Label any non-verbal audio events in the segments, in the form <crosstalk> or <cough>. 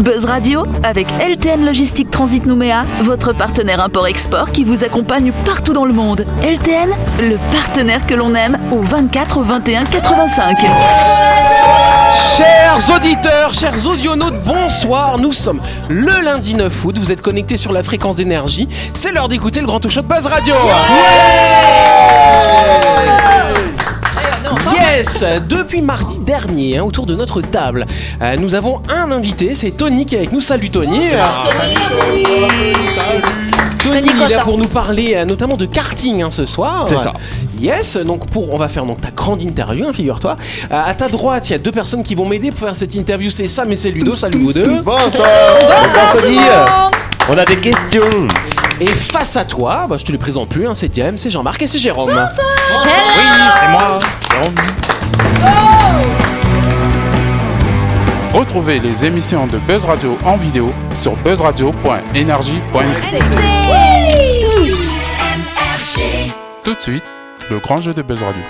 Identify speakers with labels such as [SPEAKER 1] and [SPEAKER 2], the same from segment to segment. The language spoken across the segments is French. [SPEAKER 1] Buzz Radio avec LTN Logistique Transit Nouméa, votre partenaire import-export qui vous accompagne partout dans le monde. LTN, le partenaire que l'on aime au 24 21 85.
[SPEAKER 2] Chers auditeurs, chers audionautes, bonsoir. Nous sommes le lundi 9 août. Vous êtes connectés sur la fréquence d'énergie. C'est l'heure d'écouter le grand show de Buzz Radio. Yes Depuis mardi dernier, hein, autour de notre table, euh, nous avons un invité, c'est Tony qui est avec nous. Salut Tony Tony, il est là pour nous parler euh, notamment de karting hein, ce soir.
[SPEAKER 3] C'est ça.
[SPEAKER 2] Yes, donc pour, on va faire donc ta grande interview, hein, figure-toi. Euh, à ta droite, il y a deux personnes qui vont m'aider pour faire cette interview. C'est Sam et c'est Ludo. Salut vous deux.
[SPEAKER 3] Bonsoir Bonsoir Tony On a des questions
[SPEAKER 2] Et face à toi, bah, je te les présente plus, hein, c'est James, c'est Jean-Marc et c'est Jérôme.
[SPEAKER 3] Oui, c'est moi
[SPEAKER 4] Retrouvez les émissions de Buzz Radio en vidéo sur buzzradio.energie.nc. Tout de suite, le grand jeu de Buzz Radio.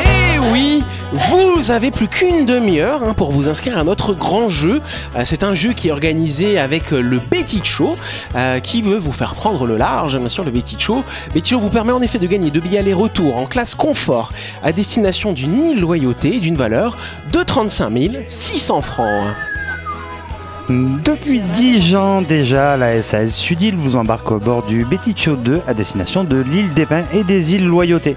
[SPEAKER 2] Et Eh oui, vous avez plus qu'une demi-heure hein, pour vous inscrire à notre grand jeu. Euh, c'est un jeu qui est organisé avec euh, le Betty Show, euh, qui veut vous faire prendre le large, hein, bien sûr, le Betty Show. Betty Show vous permet en effet de gagner deux billets aller-retour en classe confort à destination d'une île loyauté d'une valeur de 35 600 francs.
[SPEAKER 5] Depuis 10 ans déjà, la SAS Sudil vous embarque au bord du Betty Show 2 à destination de l'île des Pins et des îles Loyauté.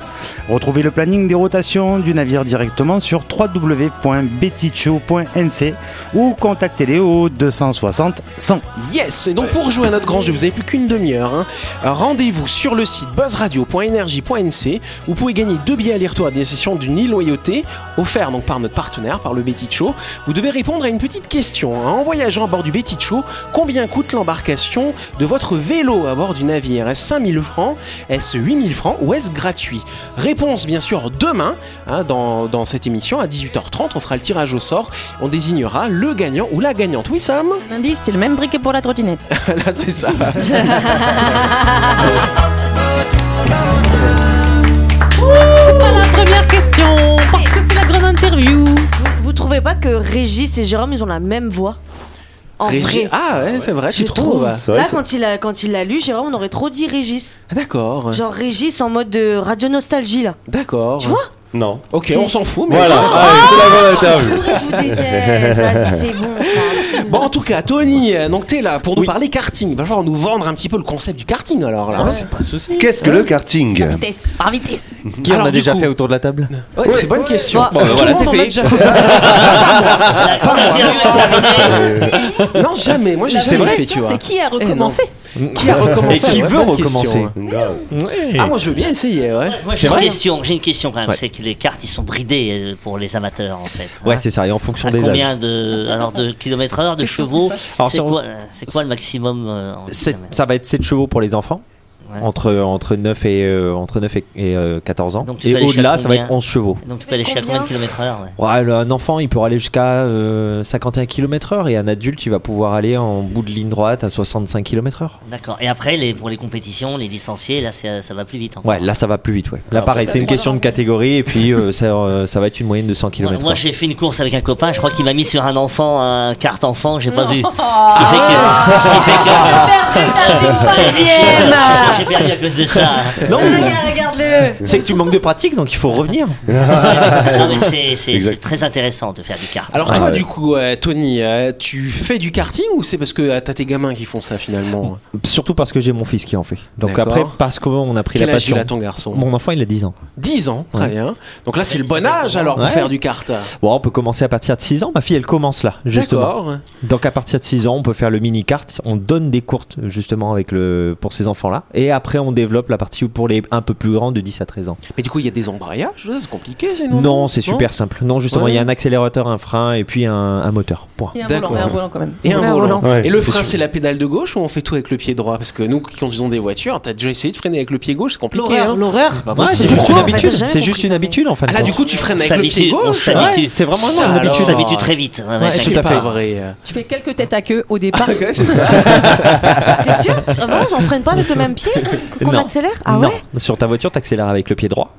[SPEAKER 5] Retrouvez le planning des rotations du navire directement sur www.bettycho.nc ou contactez-les au 260 100.
[SPEAKER 2] Yes, et donc pour jouer à notre grand jeu, vous n'avez plus qu'une demi-heure. hein. Rendez-vous sur le site buzzradio.energie.nc. Vous pouvez gagner deux billets aller-retour à des sessions d'une île loyauté, offerts donc par notre partenaire, par le Betty Show. Vous devez répondre à une petite question. hein. En voyageant à bord du Betty Show, combien coûte l'embarcation de votre vélo à bord du navire Est-ce 5000 francs Est-ce 8000 francs Ou est-ce gratuit Réponse bien sûr demain, hein, dans, dans cette émission, à 18h30, on fera le tirage au sort. On désignera le gagnant ou la gagnante. Oui Sam <laughs>
[SPEAKER 6] L'indice, c'est le même briquet pour la trottinette.
[SPEAKER 2] Là c'est ça.
[SPEAKER 6] C'est pas la première question, parce que c'est la grande interview.
[SPEAKER 7] Vous trouvez pas que Régis et Jérôme, ils ont la même voix En
[SPEAKER 2] Régi-
[SPEAKER 7] vrai.
[SPEAKER 2] Ah ouais, c'est vrai, tu
[SPEAKER 7] je
[SPEAKER 2] trouves
[SPEAKER 7] trouve.
[SPEAKER 2] Ah,
[SPEAKER 3] C'est vrai,
[SPEAKER 7] Là,
[SPEAKER 3] c'est-
[SPEAKER 7] quand il, a, quand il l'a lu, Jérôme, on aurait trop dit Régis.
[SPEAKER 2] D'accord.
[SPEAKER 7] Genre Régis en mode de radio nostalgie, là.
[SPEAKER 2] D'accord.
[SPEAKER 7] Tu vois
[SPEAKER 3] Non.
[SPEAKER 2] Ok,
[SPEAKER 7] C'est-
[SPEAKER 2] on s'en fout, mais
[SPEAKER 3] Voilà, allez, c'est la bonne interview
[SPEAKER 7] Pourquoi je vous déteste Vas-y, c'est bon, je parle.
[SPEAKER 2] Bon, en tout cas, Tony, euh, donc t'es là pour nous
[SPEAKER 3] Oui.
[SPEAKER 2] parler karting. Il va falloir nous vendre un petit peu le concept du karting alors là.
[SPEAKER 3] Qu'est-ce que le karting
[SPEAKER 6] Vitesse, par vitesse.
[SPEAKER 8] Qui
[SPEAKER 2] Alors,
[SPEAKER 8] en a
[SPEAKER 2] du
[SPEAKER 8] déjà
[SPEAKER 2] coup-
[SPEAKER 8] fait autour de la table
[SPEAKER 2] Ouais, c'est bonne question.
[SPEAKER 7] Bon,
[SPEAKER 2] Tout
[SPEAKER 8] bah
[SPEAKER 2] le
[SPEAKER 8] voilà,
[SPEAKER 2] monde
[SPEAKER 8] c'est
[SPEAKER 2] en a
[SPEAKER 8] fait.
[SPEAKER 2] déjà <laughs> Pas moi. Pas moi. <laughs> Non, jamais. Moi, j'ai
[SPEAKER 6] La
[SPEAKER 2] jamais
[SPEAKER 6] vraie
[SPEAKER 2] fait, tu
[SPEAKER 6] question,
[SPEAKER 2] vois. Eh,
[SPEAKER 6] c'est qui a recommencé
[SPEAKER 2] Qui a recommencé
[SPEAKER 8] Et qui
[SPEAKER 2] Ouais,
[SPEAKER 8] veut
[SPEAKER 2] bonne question,
[SPEAKER 8] recommencer Eh.
[SPEAKER 2] ouais. Ah, moi, je veux bien essayer, ouais.
[SPEAKER 9] Moi,
[SPEAKER 8] C'est
[SPEAKER 9] j'ai une
[SPEAKER 8] vrai
[SPEAKER 9] question, j'ai une question quand même,
[SPEAKER 8] Ouais.
[SPEAKER 9] c'est que les cartes ils sont bridées euh, pour les amateurs en fait.
[SPEAKER 8] Ouais,
[SPEAKER 9] Hein.
[SPEAKER 8] c'est ça, et en fonction
[SPEAKER 9] À
[SPEAKER 8] des
[SPEAKER 9] combien
[SPEAKER 8] âges.
[SPEAKER 9] de alors de kilomètres heure, de chevaux
[SPEAKER 8] Alors,
[SPEAKER 9] C'est
[SPEAKER 8] sur-
[SPEAKER 9] quoi, euh, c'est quoi le maximum euh, en
[SPEAKER 8] Sept-
[SPEAKER 9] kilomètres
[SPEAKER 8] ça va être 7 chevaux pour les enfants,
[SPEAKER 9] Ouais.
[SPEAKER 8] entre, entre 9 et, euh, entre 9 et, et, euh, 14 ans.
[SPEAKER 9] Donc, tu
[SPEAKER 8] et
[SPEAKER 9] vas aller
[SPEAKER 8] au-delà,
[SPEAKER 9] jusqu'à
[SPEAKER 8] ça va être
[SPEAKER 9] combien
[SPEAKER 8] 11 chevaux.
[SPEAKER 9] Donc tu peux aller jusqu'à combien de kilomètres heure ouais.
[SPEAKER 8] Ouais, le- un enfant, il pourra aller jusqu'à euh, 51 km/h et un adulte, il va pouvoir aller en bout de ligne droite à 65 km/h.
[SPEAKER 9] D'accord. Et après les pour les compétitions, les licenciés, là c'est- ça va plus vite. hein. encore.
[SPEAKER 8] Ouais, là ça va plus vite, ouais. Là
[SPEAKER 9] Ah,
[SPEAKER 8] pareil, c'est une question de catégorie et puis
[SPEAKER 9] <laughs>
[SPEAKER 8] euh, ça, euh, ça va être une moyenne de 100
[SPEAKER 9] Moi,
[SPEAKER 8] km/h.
[SPEAKER 9] moi, j'ai fait une course avec un copain, je crois qu'il m'a mis sur un enfant, un carte enfant, j'ai pas vu. Ce qui fait que. Ce qui fait que. <laughs>
[SPEAKER 7] Deuxième
[SPEAKER 9] J'ai perdu à cause de ça. hein.
[SPEAKER 8] <laughs> Non,
[SPEAKER 7] Regarde-le
[SPEAKER 8] c'est que tu manques de pratique, donc il faut revenir.
[SPEAKER 9] Non, mais c'est- c'est
[SPEAKER 3] Exact.
[SPEAKER 9] c'est très intéressant de faire du kart.
[SPEAKER 2] Alors,
[SPEAKER 8] Ah, Ouais,
[SPEAKER 2] toi,
[SPEAKER 8] ouais.
[SPEAKER 2] du coup, euh, Tony, euh, tu fais du karting ou c'est parce que euh, t'as tes gamins qui font ça finalement
[SPEAKER 8] Surtout parce que j'ai mon fils qui en fait. Donc
[SPEAKER 2] D'accord.
[SPEAKER 8] après, parce qu'on a pris
[SPEAKER 2] Quel
[SPEAKER 8] la
[SPEAKER 2] âge il
[SPEAKER 8] passion.
[SPEAKER 2] a ton garçon
[SPEAKER 8] Mon enfant, il a 10 ans.
[SPEAKER 2] 10 ans, très
[SPEAKER 8] Ouais.
[SPEAKER 2] bien. Donc là, c'est le bon âge alors pour
[SPEAKER 8] Ouais.
[SPEAKER 2] faire du kart.
[SPEAKER 8] Bon, on peut commencer à partir de 6 ans. Ma fille, elle commence là, justement.
[SPEAKER 2] D'accord.
[SPEAKER 8] Donc à partir de 6 ans, on peut faire le mini kart. On donne des courtes justement avec le pour ces enfants-là. Et après, on développe la partie pour les un peu plus grands de 10 à 13 ans.
[SPEAKER 2] Mais du coup, il y a des embrayages, c'est compliqué. sinon,
[SPEAKER 8] Non, c'est super simple. Non, justement,
[SPEAKER 2] Mhm. Ouais.
[SPEAKER 8] il y a un accélérateur, un frein et puis un, un moteur. Point.
[SPEAKER 6] Il y a un
[SPEAKER 2] D'accord.
[SPEAKER 6] volant, il y a un volant quand même.
[SPEAKER 2] Et un volant.
[SPEAKER 3] Ouais,
[SPEAKER 2] Et le
[SPEAKER 3] c'est
[SPEAKER 2] frein,
[SPEAKER 3] sûr.
[SPEAKER 2] c'est la pédale de gauche ou on fait tout avec le pied droit Parce que nous qui conduisons des voitures, t'as déjà essayé de freiner avec le pied gauche, c'est compliqué.
[SPEAKER 7] L'horreur,
[SPEAKER 2] Hein. <laughs>
[SPEAKER 7] l'horreur
[SPEAKER 2] C'est pas
[SPEAKER 8] Ouais,
[SPEAKER 2] possible.
[SPEAKER 8] c'est juste une
[SPEAKER 7] Pourquoi, en fait,
[SPEAKER 8] habitude.
[SPEAKER 7] j'ai jamais
[SPEAKER 8] C'est
[SPEAKER 7] compris
[SPEAKER 8] juste une
[SPEAKER 7] ça,
[SPEAKER 8] habitude en fin de
[SPEAKER 2] Ah là,
[SPEAKER 8] compte.
[SPEAKER 2] du coup, tu freines avec
[SPEAKER 9] On
[SPEAKER 2] le pied
[SPEAKER 9] s'habitue, on
[SPEAKER 2] gauche.
[SPEAKER 9] s'habitue.
[SPEAKER 8] Ouais, c'est vraiment
[SPEAKER 2] Ça,
[SPEAKER 8] une
[SPEAKER 9] On
[SPEAKER 2] alors.
[SPEAKER 8] habitude.
[SPEAKER 9] s'habitue très vite. Ouais, ouais,
[SPEAKER 8] c'est
[SPEAKER 2] C'est
[SPEAKER 8] tout à
[SPEAKER 2] pas
[SPEAKER 8] fait.
[SPEAKER 2] vrai. euh.
[SPEAKER 6] Tu fais quelques têtes à queue au départ.
[SPEAKER 7] T'es sûr Ah bah non, j'en freine pas avec le même pied que- Qu'on
[SPEAKER 8] Non.
[SPEAKER 7] accélère Ah ouais
[SPEAKER 8] non, sur ta voiture, t'accélères avec le pied droit.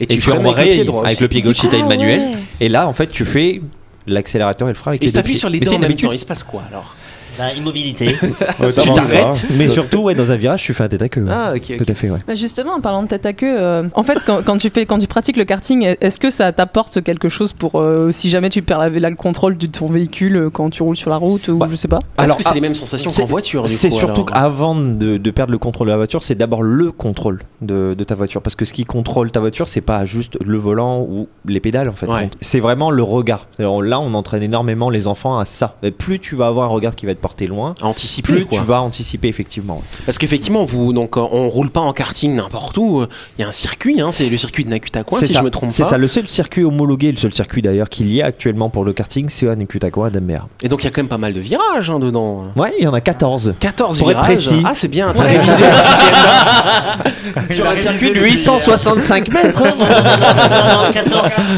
[SPEAKER 2] Et
[SPEAKER 8] et tu,
[SPEAKER 2] freines
[SPEAKER 8] embrayes avec le pied
[SPEAKER 2] aussi.
[SPEAKER 8] gauche si t'as
[SPEAKER 7] Ah
[SPEAKER 8] une manuelle.
[SPEAKER 7] ouais.
[SPEAKER 8] Et là, en fait, tu fais l'accélérateur et le frein avec
[SPEAKER 2] Et
[SPEAKER 8] les
[SPEAKER 2] si
[SPEAKER 8] deux
[SPEAKER 2] t'appuies
[SPEAKER 8] pieds.
[SPEAKER 2] sur les
[SPEAKER 8] Mais
[SPEAKER 2] deux
[SPEAKER 8] c'est
[SPEAKER 2] en
[SPEAKER 8] une
[SPEAKER 2] même
[SPEAKER 8] habitude.
[SPEAKER 2] temps, il se passe quoi alors
[SPEAKER 9] Bah,
[SPEAKER 8] <laughs>
[SPEAKER 9] immobilité.
[SPEAKER 3] Oh,
[SPEAKER 8] Tu t'arrêtes,
[SPEAKER 3] hein.
[SPEAKER 8] mais surtout, ouais, dans un virage, tu fais un tête à queue. ouais.
[SPEAKER 2] Ah, ok, ok.
[SPEAKER 8] Tout à fait, ouais.
[SPEAKER 10] Bah, justement, en parlant de tête à queue, euh, en fait, quand, quand tu fais, quand tu pratiques le karting, est-ce que ça t'apporte quelque chose pour euh, si jamais tu perds la, la- le contrôle de ton véhicule euh, quand tu roules sur la route ou
[SPEAKER 8] Bah,
[SPEAKER 10] je sais pas
[SPEAKER 2] Est-ce
[SPEAKER 8] Alors,
[SPEAKER 2] que c'est
[SPEAKER 8] ah,
[SPEAKER 2] les mêmes sensations
[SPEAKER 8] c'est-
[SPEAKER 2] qu'en voiture du
[SPEAKER 8] C'est
[SPEAKER 2] coup,
[SPEAKER 8] surtout ah,
[SPEAKER 2] alors
[SPEAKER 8] qu'avant de, de perdre le contrôle de la voiture, c'est d'abord le contrôle de, de ta voiture. Parce que ce qui contrôle ta voiture, c'est pas juste le volant ou les pédales en fait.
[SPEAKER 2] Ouais.
[SPEAKER 8] C'est vraiment le regard. Alors là, on entraîne énormément les enfants à ça. Et plus tu vas avoir un regard qui va te porter loin,
[SPEAKER 2] À anticiper
[SPEAKER 8] plus
[SPEAKER 2] quoi.
[SPEAKER 8] tu vas anticiper effectivement.
[SPEAKER 2] Parce qu'effectivement, vous, donc, euh, on roule pas en karting n'importe où. euh, Il y a un circuit, hein, c'est le circuit de Nakutakoin,
[SPEAKER 8] C'est
[SPEAKER 2] si
[SPEAKER 8] ça.
[SPEAKER 2] je me trompe
[SPEAKER 8] C'est
[SPEAKER 2] pas.
[SPEAKER 8] ça, le seul circuit homologué, le seul circuit d'ailleurs qu'il y a actuellement pour le karting, c'est à Nukutakoa à Damer.
[SPEAKER 2] Et donc, il y a quand même pas mal de virages hein, dedans.
[SPEAKER 8] Ouais, il y en a 14.
[SPEAKER 2] 14
[SPEAKER 8] Pour être
[SPEAKER 2] virages.
[SPEAKER 8] précis.
[SPEAKER 2] Ah, c'est bien, t'as révisé le week-end.
[SPEAKER 8] Sur un circuit de 865 mètres. hein.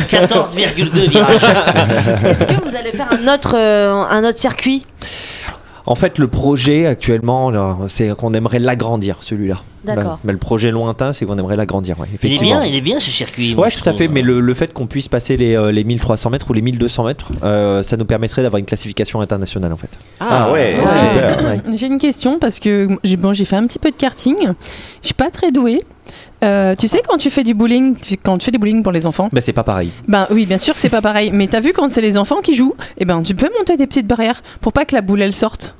[SPEAKER 9] 14 14,2 virages.
[SPEAKER 7] Est-ce que vous allez faire un autre, euh, un autre circuit
[SPEAKER 8] En fait, le projet actuellement, là, c'est qu'on aimerait l'agrandir, celui-là.
[SPEAKER 7] D'accord.
[SPEAKER 8] Mais, mais le projet lointain, c'est qu'on aimerait l'agrandir, ouais,
[SPEAKER 9] Il est
[SPEAKER 8] effectivement.
[SPEAKER 9] bien, il est bien ce circuit. moi,
[SPEAKER 8] Ouais,
[SPEAKER 9] je
[SPEAKER 8] tout à
[SPEAKER 9] trouve.
[SPEAKER 8] fait,
[SPEAKER 9] <laughs>
[SPEAKER 8] mais le, le fait qu'on puisse passer les, euh, les 1300 mètres ou les 1200 mètres, euh, ça nous permettrait d'avoir une classification internationale en fait.
[SPEAKER 3] Ah ouais, super.
[SPEAKER 10] J'ai une question parce que j'ai bon, j'ai fait un petit peu de karting. Je suis pas très douée. Euh, tu sais quand tu fais du bowling, tu- quand tu fais du bowling pour les enfants,
[SPEAKER 8] Bah, c'est pas pareil.
[SPEAKER 10] ben oui bien sûr que c'est pas pareil, mais t'as vu quand c'est les enfants qui jouent, et ben tu peux monter des petites barrières pour pas que la boule elle sorte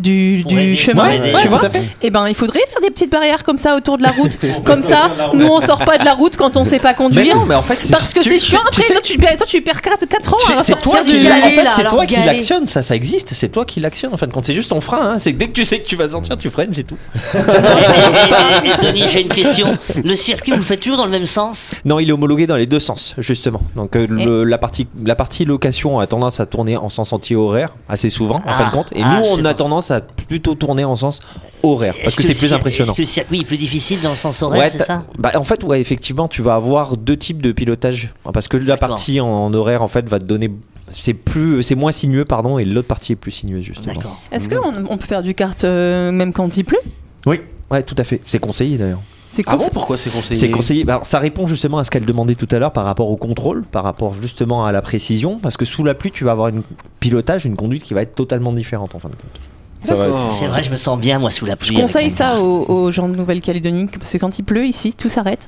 [SPEAKER 10] du,
[SPEAKER 9] Pour
[SPEAKER 10] du
[SPEAKER 9] aider,
[SPEAKER 10] chemin,
[SPEAKER 9] pour aider.
[SPEAKER 10] tu vois
[SPEAKER 8] tout à fait.
[SPEAKER 10] Eh ben, il faudrait faire des petites barrières comme ça autour de la
[SPEAKER 8] <laughs>
[SPEAKER 10] route. comme ça, nous, on sort pas de la route quand on sait pas conduire.
[SPEAKER 8] en fait, c'est-
[SPEAKER 10] parce que
[SPEAKER 8] tu-
[SPEAKER 10] c'est chiant.
[SPEAKER 8] tu
[SPEAKER 10] Après,
[SPEAKER 8] sais-
[SPEAKER 10] toi, tu, perds- toi, tu perds 4, ans à
[SPEAKER 8] C'est c'est
[SPEAKER 10] sortir
[SPEAKER 8] toi,
[SPEAKER 10] du-
[SPEAKER 8] qui, en
[SPEAKER 7] galet,
[SPEAKER 8] fait,
[SPEAKER 7] là,
[SPEAKER 8] c'est
[SPEAKER 7] alors,
[SPEAKER 8] toi qui
[SPEAKER 7] galet.
[SPEAKER 8] l'actionne, ça, ça existe. C'est toi qui l'actionne en fin de compte. C'est juste ton frein. hein. C'est que dès que tu sais que tu vas sortir, tu freines, c'est tout.
[SPEAKER 9] Eh, Et- et- et- et Tony, j'ai une question. Le circuit, vous le faites toujours dans le même sens
[SPEAKER 8] Non, il est homologué dans les deux sens, justement. Donc euh, le- la, partie, la partie location a tendance à tourner en sens anti-horaire assez souvent, en
[SPEAKER 9] Ah,
[SPEAKER 8] fin de compte. Et
[SPEAKER 9] ah,
[SPEAKER 8] nous, on
[SPEAKER 9] c'est
[SPEAKER 8] a
[SPEAKER 9] bon.
[SPEAKER 8] tendance à plutôt tourner en sens horaire, parce
[SPEAKER 9] Est-ce
[SPEAKER 8] que c'est
[SPEAKER 9] le
[SPEAKER 8] plus
[SPEAKER 9] cir-
[SPEAKER 8] impressionnant.
[SPEAKER 9] Est-ce que le circuit est plus difficile dans le sens horaire,
[SPEAKER 8] Ouais,
[SPEAKER 9] c'est
[SPEAKER 8] t'as-
[SPEAKER 9] ça
[SPEAKER 8] bah, en fait, ouais, effectivement, tu vas avoir deux types de pilotage. Parce que la
[SPEAKER 9] D'accord.
[SPEAKER 8] partie en, en horaire, en fait, va te donner. C'est plus, c'est moins sinueux, pardon, et l'autre partie est plus sinueuse, justement.
[SPEAKER 9] D'accord.
[SPEAKER 10] Est-ce qu'on on peut faire du kart euh, même quand il pleut
[SPEAKER 8] Oui, ouais, tout à fait. C'est conseillé d'ailleurs.
[SPEAKER 10] C'est
[SPEAKER 2] Ah
[SPEAKER 10] cool.
[SPEAKER 2] bon, pourquoi c'est conseillé
[SPEAKER 8] C'est conseillé. Bah, Alors, ça répond justement à ce qu'elle demandait tout à l'heure par rapport au contrôle, par rapport justement à la précision, parce que sous la pluie, tu vas avoir une pilotage, une conduite qui va être totalement différente en fin de compte.
[SPEAKER 3] Ça va.
[SPEAKER 2] D'accord.
[SPEAKER 9] C'est vrai, je me sens bien, moi, sous la pluie.
[SPEAKER 10] Je
[SPEAKER 9] avec mon
[SPEAKER 10] conseille ça
[SPEAKER 9] bar. <laughs>
[SPEAKER 10] aux, aux gens de Nouvelle-Calédonie parce que quand il pleut ici, tout s'arrête.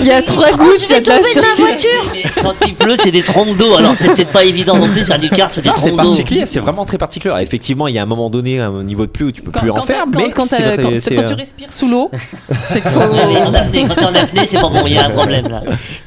[SPEAKER 10] Il y a trois
[SPEAKER 7] Oh,
[SPEAKER 10] gouttes,
[SPEAKER 7] je
[SPEAKER 10] il y a
[SPEAKER 7] vais
[SPEAKER 10] de la
[SPEAKER 7] tomber de ma
[SPEAKER 10] circulation.
[SPEAKER 7] voiture
[SPEAKER 9] Mais Quand il pleut, c'est des trompes d'eau. Alors, c'est peut-être pas évident non plus, faire du kart,
[SPEAKER 10] Ah,
[SPEAKER 9] c'est des
[SPEAKER 8] Ah, C'est
[SPEAKER 9] trompes d'eau.
[SPEAKER 8] particulier, c'est vraiment très particulier. Alors, Effectivement, il y a un moment donné, un niveau de pluie où tu peux plus en faire,
[SPEAKER 10] quand-
[SPEAKER 8] mais
[SPEAKER 10] quand,
[SPEAKER 8] c'est
[SPEAKER 10] t'as-
[SPEAKER 8] quand
[SPEAKER 10] quand-
[SPEAKER 8] t'es- c'est,
[SPEAKER 10] quand tu
[SPEAKER 8] euh,
[SPEAKER 10] respires sous l'eau, c'est qu'il
[SPEAKER 9] Ah oui,
[SPEAKER 10] faut.
[SPEAKER 9] en apnée, quand t'es en apnée, c'est pas bon, il y a un problème là.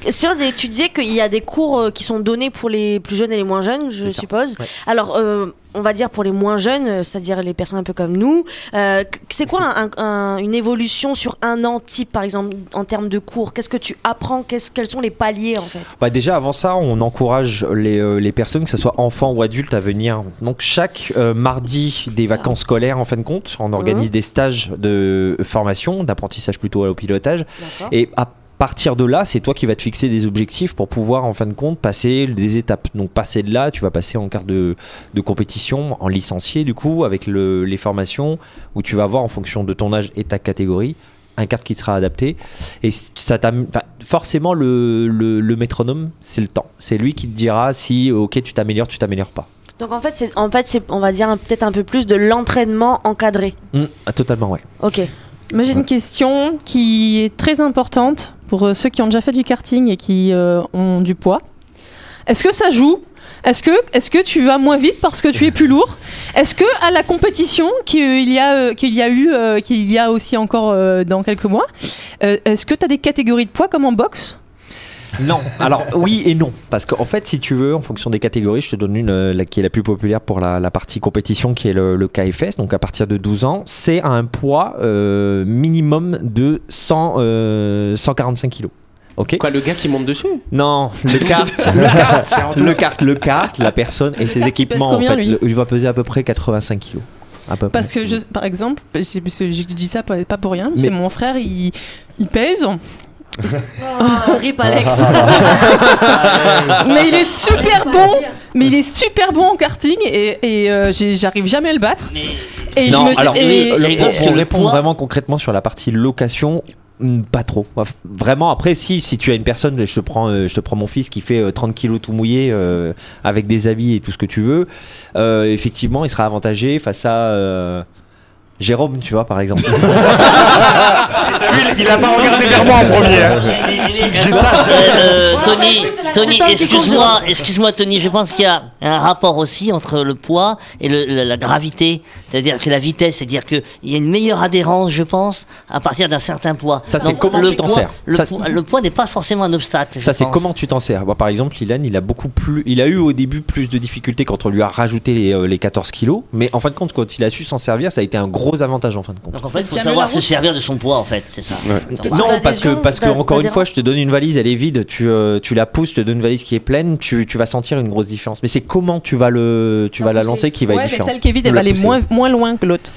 [SPEAKER 7] Si on est- tu disais qu'il y a des cours euh, qui sont donnés pour les plus jeunes et les moins jeunes, je
[SPEAKER 8] C'est ça,
[SPEAKER 7] suppose.
[SPEAKER 8] ouais.
[SPEAKER 7] Alors, euh, on va dire pour les moins jeunes, euh, c'est-à-dire les personnes un peu comme nous, euh, qu- c'est quoi un- un- une évolution sur un an type, par exemple, en termes de cours Qu'est-ce que tu apprends Qu'est-ce- Quels sont les paliers, en fait
[SPEAKER 8] Bah déjà avant ça, on encourage les, euh, les personnes, que ce soit enfants ou adultes, à venir. Donc chaque euh, mardi des vacances scolaires, en fin de compte, on organise
[SPEAKER 10] Mmh.
[SPEAKER 8] des stages de formation, d'apprentissage plutôt au pilotage.
[SPEAKER 7] D'accord.
[SPEAKER 8] Et à partir de là, c'est toi qui vas te fixer des objectifs pour pouvoir en fin de compte passer des étapes. Donc passer de là, tu vas passer en quart de, de compétition, en licencié du coup, avec le- les formations, où tu vas avoir en fonction de ton âge et ta catégorie, un quart qui te sera adapté. Et ça t'am- enfin, forcément, le, le- le métronome, c'est le temps. C'est lui qui te dira si, ok, tu t'améliores, tu t'améliores pas.
[SPEAKER 7] Donc, en fait, c'est, en fait, c'est, on va dire un- peut-être un peu plus de l'entraînement encadré.
[SPEAKER 8] Mm, ah, totalement, ouais.
[SPEAKER 7] Ok.
[SPEAKER 10] Moi, j'ai une question qui est très importante pour euh, ceux qui ont déjà fait du karting et qui euh, ont du poids. Est-ce que ça joue Est-ce que, est que tu vas moins vite parce que tu es plus lourd Est-ce que à la compétition qu'il y, a, euh, qu'il y a eu, euh, qu'il y a aussi encore euh, dans quelques mois, euh, est-ce que tu as des catégories de poids comme en boxe
[SPEAKER 8] Non, alors oui et non. Parce qu'en fait, si tu veux, en fonction des catégories, je te donne une euh, la- qui est la plus populaire pour la, la partie compétition qui est le, le KFS, donc à partir de 12 ans, c'est à un poids euh, minimum de 100, euh, 145 kilos. Ok
[SPEAKER 2] Quoi, le gars qui monte dessus
[SPEAKER 8] Non, le
[SPEAKER 10] <laughs>
[SPEAKER 8] kart, le kart, le kart, le kart, la personne et
[SPEAKER 10] kart,
[SPEAKER 8] ses
[SPEAKER 10] il pèse
[SPEAKER 8] équipements.
[SPEAKER 10] combien,
[SPEAKER 8] en fait,
[SPEAKER 10] lui
[SPEAKER 8] Le- il va peser à peu près 85 kilos. À peu
[SPEAKER 10] Parce
[SPEAKER 8] près.
[SPEAKER 10] que, je, par exemple, je, je dis ça pas pas pour rien,
[SPEAKER 8] Mais-
[SPEAKER 10] c'est mon frère, il, il pèse,
[SPEAKER 7] Rip <laughs> Alex. Ah,
[SPEAKER 10] mais il est super bon Mais il est super bon en karting et, et, euh, j'ai- j'arrive jamais à le battre.
[SPEAKER 9] Mais
[SPEAKER 10] Et
[SPEAKER 8] non,
[SPEAKER 10] je me,
[SPEAKER 8] alors
[SPEAKER 10] et-
[SPEAKER 8] le- le-
[SPEAKER 9] et-
[SPEAKER 8] pour,
[SPEAKER 9] parce que
[SPEAKER 8] pour
[SPEAKER 9] le
[SPEAKER 8] répondre
[SPEAKER 9] poids-
[SPEAKER 8] vraiment concrètement sur la partie location, Hmm, Pas trop. Enfin, Vraiment, après, si, si tu as une personne, je te prends, euh, je te prends mon fils qui fait euh, 30 kilos tout mouillé euh, avec des habits et tout ce que tu veux, euh, effectivement, il sera avantagé face à euh, Jérôme, tu vois,
[SPEAKER 5] <laughs>
[SPEAKER 8] par exemple.
[SPEAKER 5] il a pas regardé vers moi en premier. hein.
[SPEAKER 9] Euh, Tony, Tony,
[SPEAKER 7] C'est un petit
[SPEAKER 9] excuse-moi,
[SPEAKER 7] concours.
[SPEAKER 9] excuse-moi, Tony. Je pense qu'il y a un rapport aussi entre le poids et le- la, la gravité, c'est-à-dire que la vitesse, c'est-à-dire que il y a une meilleure adhérence, je pense, à partir d'un certain poids.
[SPEAKER 8] Ça, c'est
[SPEAKER 9] Donc,
[SPEAKER 8] comment
[SPEAKER 9] le
[SPEAKER 8] tu t'en
[SPEAKER 9] poids-
[SPEAKER 8] sers.
[SPEAKER 9] Le,
[SPEAKER 8] Ça-
[SPEAKER 9] poids- le poids n'est pas forcément un obstacle. je
[SPEAKER 8] Ça, c'est
[SPEAKER 9] pense.
[SPEAKER 8] comment tu t'en sers. Moi, par exemple, Ilan, il a beaucoup plus, il a eu au début plus de difficultés quand on lui a rajouté les, euh, les 14 kilos, mais en fin de compte, quand il a su s'en servir, ça a été un gros avantage en fin de compte.
[SPEAKER 9] Donc en fait, il faut
[SPEAKER 7] Tiens-le
[SPEAKER 9] savoir
[SPEAKER 7] la
[SPEAKER 9] se
[SPEAKER 7] route.
[SPEAKER 9] servir de son poids, en fait, c'est ça.
[SPEAKER 10] Ah,
[SPEAKER 9] Attends.
[SPEAKER 8] Non,
[SPEAKER 10] bah,
[SPEAKER 8] parce que,
[SPEAKER 7] d'adhésion,
[SPEAKER 8] parce que
[SPEAKER 7] d'a-
[SPEAKER 8] encore une
[SPEAKER 7] d'adhérence.
[SPEAKER 8] fois, je te donne une valise, elle est vide, tu, euh, tu la pousses, je te donne une valise qui est pleine, tu, tu vas sentir une grosse différence. Mais c'est comment tu vas, le, tu vas la lancer qui va
[SPEAKER 10] ouais,
[SPEAKER 8] être
[SPEAKER 10] mais
[SPEAKER 8] différent.
[SPEAKER 10] celle qui est vide, elle va
[SPEAKER 8] La
[SPEAKER 10] aller
[SPEAKER 8] pousser.
[SPEAKER 10] moins, moins loin que l'autre.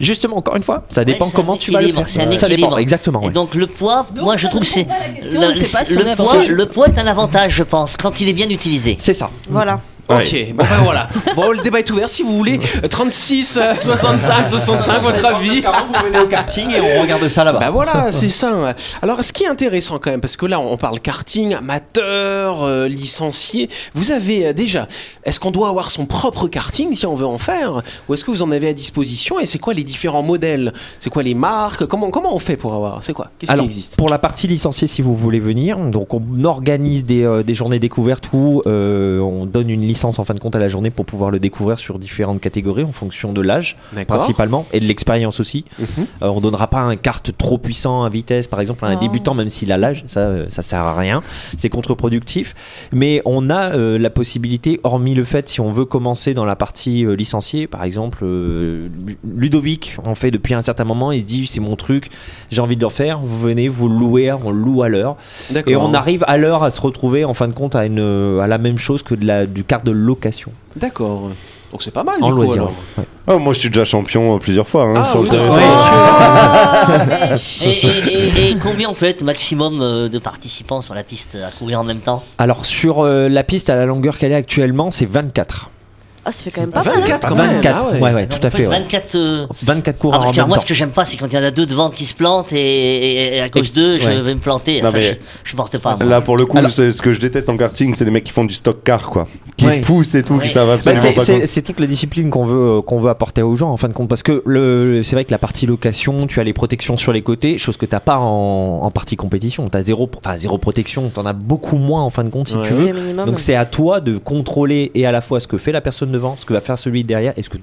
[SPEAKER 8] Justement, encore une fois, ça dépend
[SPEAKER 9] Ouais, c'est un
[SPEAKER 8] comment tu vas le
[SPEAKER 9] équilibre,
[SPEAKER 8] faire.
[SPEAKER 9] c'est un
[SPEAKER 8] Ça dépend,
[SPEAKER 9] équilibre.
[SPEAKER 8] exactement.
[SPEAKER 9] Et
[SPEAKER 8] ouais.
[SPEAKER 9] donc le poids, moi je trouve que c'est
[SPEAKER 10] question, on sait pas si on est
[SPEAKER 9] le poids,
[SPEAKER 10] avantagé.
[SPEAKER 9] le poids est un avantage, je pense, quand il est bien utilisé.
[SPEAKER 8] C'est ça.
[SPEAKER 7] Voilà.
[SPEAKER 2] Ok, bon ben voilà. Bon, le débat est ouvert. Si vous voulez, euh, 36, euh, 65, 65, votre avis.
[SPEAKER 8] vous venez au karting et on regarde ça là-bas.
[SPEAKER 2] Bah
[SPEAKER 8] <laughs>
[SPEAKER 2] voilà, c'est ça. Alors, ce qui est intéressant quand même, parce que là, on parle karting, amateur, euh, licencié. Vous avez euh, déjà, est-ce qu'on doit avoir son propre karting si on veut en faire Ou est-ce que vous en avez à disposition Et c'est quoi les différents modèles C'est quoi les marques comment, comment on fait pour avoir C'est quoi Qu'est-ce qui
[SPEAKER 8] Alors,
[SPEAKER 2] existe
[SPEAKER 8] pour la partie licenciée, si vous voulez venir, donc on organise des, euh, des journées découvertes où euh, on donne une licence en fin de compte à la journée pour pouvoir le découvrir sur différentes catégories en fonction de l'âge,
[SPEAKER 2] D'accord.
[SPEAKER 8] principalement, et de l'expérience aussi.
[SPEAKER 2] Mhm.
[SPEAKER 8] Euh, on donnera pas un carte trop puissant à vitesse, par exemple, à un
[SPEAKER 6] Oh.
[SPEAKER 8] débutant, même s'il a l'âge, ça, euh, ça sert à rien, c'est contre-productif. Mais on a euh, la possibilité, hormis le fait, si on veut commencer dans la partie euh, licenciée, par exemple, euh, Lu- Ludovic, on fait depuis un certain moment, il se dit c'est mon truc, j'ai envie de le faire, vous venez, vous le louez, on le loue à l'heure.
[SPEAKER 2] D'accord.
[SPEAKER 8] Et on arrive à l'heure à se retrouver, en fin de compte, à, une, euh, à la même chose que de la, du carte de location,
[SPEAKER 2] D'accord. Donc c'est pas mal.
[SPEAKER 8] en
[SPEAKER 2] du coup,
[SPEAKER 8] loisir.
[SPEAKER 2] alors.
[SPEAKER 8] Ouais.
[SPEAKER 3] Ah, moi, je suis déjà champion euh, plusieurs fois. hein,
[SPEAKER 2] Ah,
[SPEAKER 3] sur le
[SPEAKER 2] oui,
[SPEAKER 3] terrain.
[SPEAKER 2] d'accord.
[SPEAKER 7] <laughs>
[SPEAKER 9] Et,
[SPEAKER 8] <laughs>
[SPEAKER 9] et- et- et combien on peut être maximum euh, de participants sur la piste à courir en même temps
[SPEAKER 8] Alors, sur euh, la piste, à la longueur qu'elle est actuellement, c'est 24.
[SPEAKER 7] Ah, ça fait quand même pas mal. hein.
[SPEAKER 2] 24 quand même.
[SPEAKER 8] 24,
[SPEAKER 2] Ah
[SPEAKER 8] ouais, ouais, tout
[SPEAKER 9] Donc,
[SPEAKER 8] à
[SPEAKER 9] on peut
[SPEAKER 8] fait.
[SPEAKER 9] être
[SPEAKER 8] ouais.
[SPEAKER 9] 24. euh,
[SPEAKER 8] 24
[SPEAKER 9] ah,
[SPEAKER 8] coureurs
[SPEAKER 9] parce
[SPEAKER 8] en
[SPEAKER 9] que alors,
[SPEAKER 8] même
[SPEAKER 9] moi,
[SPEAKER 8] temps.
[SPEAKER 9] ce que j'aime pas, c'est quand il y en a deux devant qui se plantent et, et- et à cause d'eux, je
[SPEAKER 8] ouais.
[SPEAKER 9] vais me planter.
[SPEAKER 3] Non,
[SPEAKER 9] ça,
[SPEAKER 3] mais-
[SPEAKER 9] je, je porte pas. moi.
[SPEAKER 3] Là, pour le coup,
[SPEAKER 8] Alors-
[SPEAKER 3] c'est ce que je déteste en karting, c'est les mecs qui font du stock car, quoi. Qui
[SPEAKER 8] Ouais.
[SPEAKER 3] poussent et tout,
[SPEAKER 9] Ouais.
[SPEAKER 3] qui savent
[SPEAKER 8] Bah,
[SPEAKER 3] absolument
[SPEAKER 8] c'est-
[SPEAKER 3] pas
[SPEAKER 8] c'est
[SPEAKER 3] quoi.
[SPEAKER 8] c'est toute la discipline qu'on veut euh, qu'on veut apporter aux gens en fin de compte parce que le c'est vrai que la partie location tu as les protections sur les côtés chose que t'as pas en, en partie compétition t'as zéro pro- enfin zéro protection t'en as beaucoup moins en fin de compte si
[SPEAKER 2] Ouais.
[SPEAKER 8] tu
[SPEAKER 7] Le
[SPEAKER 8] veux
[SPEAKER 7] minimum.
[SPEAKER 8] Hein donc c'est à toi de contrôler et à la fois ce que fait la personne devant ce que va faire celui derrière et ce que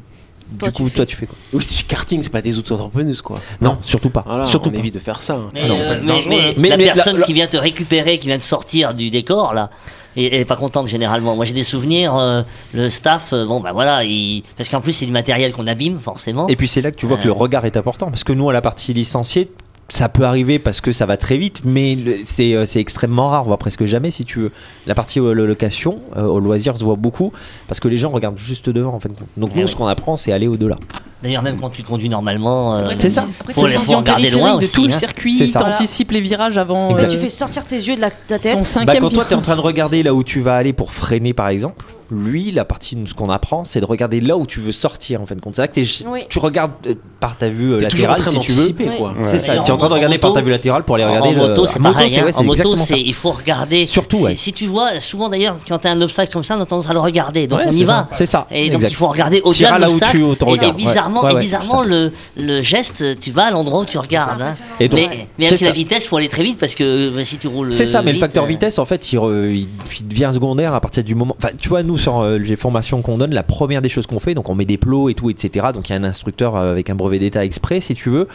[SPEAKER 7] Toi,
[SPEAKER 8] du
[SPEAKER 7] tu
[SPEAKER 8] coup
[SPEAKER 7] fais.
[SPEAKER 8] toi tu fais quoi
[SPEAKER 2] Ou si karting, c'est pas des auto-entrepreneuses quoi.
[SPEAKER 8] non surtout pas
[SPEAKER 2] Voilà,
[SPEAKER 8] surtout
[SPEAKER 2] on
[SPEAKER 8] pas.
[SPEAKER 2] évite de faire ça. hein.
[SPEAKER 9] Mais,
[SPEAKER 8] non,
[SPEAKER 9] euh,
[SPEAKER 8] pas le
[SPEAKER 9] mais-
[SPEAKER 8] danger,
[SPEAKER 9] mais
[SPEAKER 8] hein. Mais-
[SPEAKER 9] la
[SPEAKER 8] mais la-
[SPEAKER 9] personne
[SPEAKER 8] la-
[SPEAKER 9] qui vient te récupérer, qui vient de sortir du décor, là, et- elle est pas contente généralement. Moi, j'ai des souvenirs. euh, le staff, euh, bon, bah voilà, il- parce qu'en plus, c'est du matériel qu'on abîme, forcément.
[SPEAKER 8] Et puis c'est là que tu vois que le regard est important, parce que nous, à la partie licenciée, ça peut arriver parce que ça va très vite, mais le- c'est euh, c'est extrêmement rare, voire presque jamais, si tu veux. La partie euh, lo- location, euh, au loisir, se voit beaucoup, parce que les gens regardent juste devant, en fait. Donc
[SPEAKER 9] Eh
[SPEAKER 8] nous,
[SPEAKER 9] oui.
[SPEAKER 8] ce qu'on apprend, c'est aller au-delà.
[SPEAKER 9] D'ailleurs, même quand tu conduis normalement, euh,
[SPEAKER 8] C'est ça.
[SPEAKER 10] Après,
[SPEAKER 9] Faut
[SPEAKER 10] c'est
[SPEAKER 9] les-
[SPEAKER 10] une
[SPEAKER 9] faut
[SPEAKER 10] vision
[SPEAKER 9] regarder
[SPEAKER 10] périphérique
[SPEAKER 9] loin
[SPEAKER 10] de
[SPEAKER 9] aussi,
[SPEAKER 10] tout le
[SPEAKER 9] hein.
[SPEAKER 8] C'est
[SPEAKER 10] circuit.
[SPEAKER 8] ça.
[SPEAKER 10] T'anticipes les virages avant.
[SPEAKER 7] Mais
[SPEAKER 10] euh,
[SPEAKER 7] tu fais sortir tes yeux de la, de ta
[SPEAKER 10] ton
[SPEAKER 7] tête.
[SPEAKER 8] Bah,
[SPEAKER 10] cinquième.
[SPEAKER 8] quand toi,
[SPEAKER 10] virage.
[SPEAKER 8] tu es en train de regarder là où tu vas aller pour freiner, par exemple, lui, la partie de ce qu'on apprend, c'est de regarder là où tu veux sortir, en fin de compte. C'est là que t'es-
[SPEAKER 7] Oui.
[SPEAKER 8] tu regardes euh, par ta vue euh,
[SPEAKER 2] T'es toujours en
[SPEAKER 8] latérale,
[SPEAKER 2] train
[SPEAKER 8] si tu veux.
[SPEAKER 2] d'anticiper quoi.
[SPEAKER 8] C'est ça,
[SPEAKER 9] D'ailleurs,
[SPEAKER 8] tu es en train de
[SPEAKER 9] en
[SPEAKER 8] regarder par
[SPEAKER 9] moto-
[SPEAKER 8] ta vue latérale pour aller
[SPEAKER 9] en-
[SPEAKER 8] regarder
[SPEAKER 9] en
[SPEAKER 8] le-
[SPEAKER 9] moto, c'est
[SPEAKER 8] en moto,
[SPEAKER 9] pareil. hein.
[SPEAKER 8] ouais, c'est
[SPEAKER 9] en moto,
[SPEAKER 8] exactement ça.
[SPEAKER 9] c'est il faut regarder.
[SPEAKER 8] Surtout,
[SPEAKER 9] Si-
[SPEAKER 8] ouais.
[SPEAKER 9] Si tu vois, souvent d'ailleurs, quand t'as un obstacle comme ça, on a tendance à le regarder. Donc
[SPEAKER 8] Ouais,
[SPEAKER 9] on
[SPEAKER 8] c'est ça,
[SPEAKER 9] y va.
[SPEAKER 8] C'est ça.
[SPEAKER 9] Et donc
[SPEAKER 8] exact.
[SPEAKER 9] il faut regarder au-delà
[SPEAKER 8] T'iras
[SPEAKER 9] de
[SPEAKER 8] là où
[SPEAKER 9] l'obstacle.
[SPEAKER 8] tu- où t'en
[SPEAKER 9] Et- et,
[SPEAKER 8] regardes, ouais.
[SPEAKER 9] bizarrement,
[SPEAKER 8] Ouais,
[SPEAKER 9] et
[SPEAKER 8] ouais,
[SPEAKER 9] bizarrement
[SPEAKER 8] tout à
[SPEAKER 9] le, le geste, tu vas à l'endroit où tu regardes. hein.
[SPEAKER 8] Et donc-
[SPEAKER 9] mais, mais
[SPEAKER 8] c'est
[SPEAKER 9] avec la
[SPEAKER 8] ça.
[SPEAKER 9] vitesse, faut aller très vite parce que euh, si tu roules.
[SPEAKER 8] C'est ça,
[SPEAKER 9] euh,
[SPEAKER 8] mais le
[SPEAKER 9] vite,
[SPEAKER 8] facteur
[SPEAKER 9] euh,
[SPEAKER 8] vitesse, en fait, il, re- il- il devient secondaire à partir du moment. Enfin, tu vois, nous, sur euh, les formations qu'on donne, la première des choses qu'on fait, donc on met des plots et tout, etc. Donc il y a un instructeur euh, avec un brevet d'état exprès, si tu veux.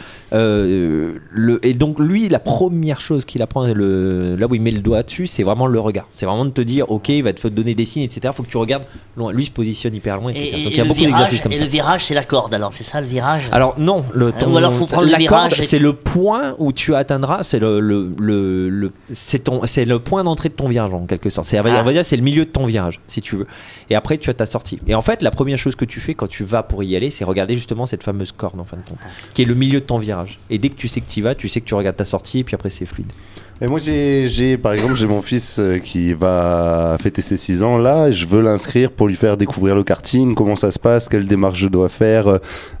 [SPEAKER 8] Euh, le, et donc, lui, la première chose qu'il apprend, le, là où il met le doigt dessus, c'est vraiment le regard. C'est vraiment de te dire, OK, il va te faut te donner des signes, etc. faut que tu regardes loin. Lui, il se positionne hyper loin, etc.
[SPEAKER 9] euh, Et,
[SPEAKER 8] donc il
[SPEAKER 9] et
[SPEAKER 8] y a
[SPEAKER 9] le
[SPEAKER 8] beaucoup
[SPEAKER 9] virage-
[SPEAKER 8] d'exercices comme
[SPEAKER 9] et
[SPEAKER 8] ça.
[SPEAKER 9] le virage, c'est la corde alors, c'est ça le virage
[SPEAKER 8] Alors non, le
[SPEAKER 9] ou alors faut prendre le
[SPEAKER 8] la
[SPEAKER 9] virage
[SPEAKER 8] corde,
[SPEAKER 9] et
[SPEAKER 8] c'est
[SPEAKER 9] puis-
[SPEAKER 8] le point où tu atteindras, c'est le, le, le, le- c'est ton c'est le point d'entrée de ton virage en quelque sorte. C'est on va
[SPEAKER 9] Ah.
[SPEAKER 8] dire c'est le milieu de ton virage si tu veux. Et après tu as ta sortie. Et en fait la première chose que tu fais quand tu vas pour y aller, c'est regarder justement cette fameuse corde en fin de compte,
[SPEAKER 9] Ah.
[SPEAKER 8] qui est le milieu de ton virage. Et dès que tu sais que tu y vas, tu sais que tu regardes ta sortie et puis après c'est fluide.
[SPEAKER 3] Et moi, j'ai, j'ai- par exemple, j'ai mon fils euh, qui va fêter ses 6 ans là. et Je veux l'inscrire pour lui faire découvrir le karting, comment ça se passe, quelle démarche je dois faire, euh,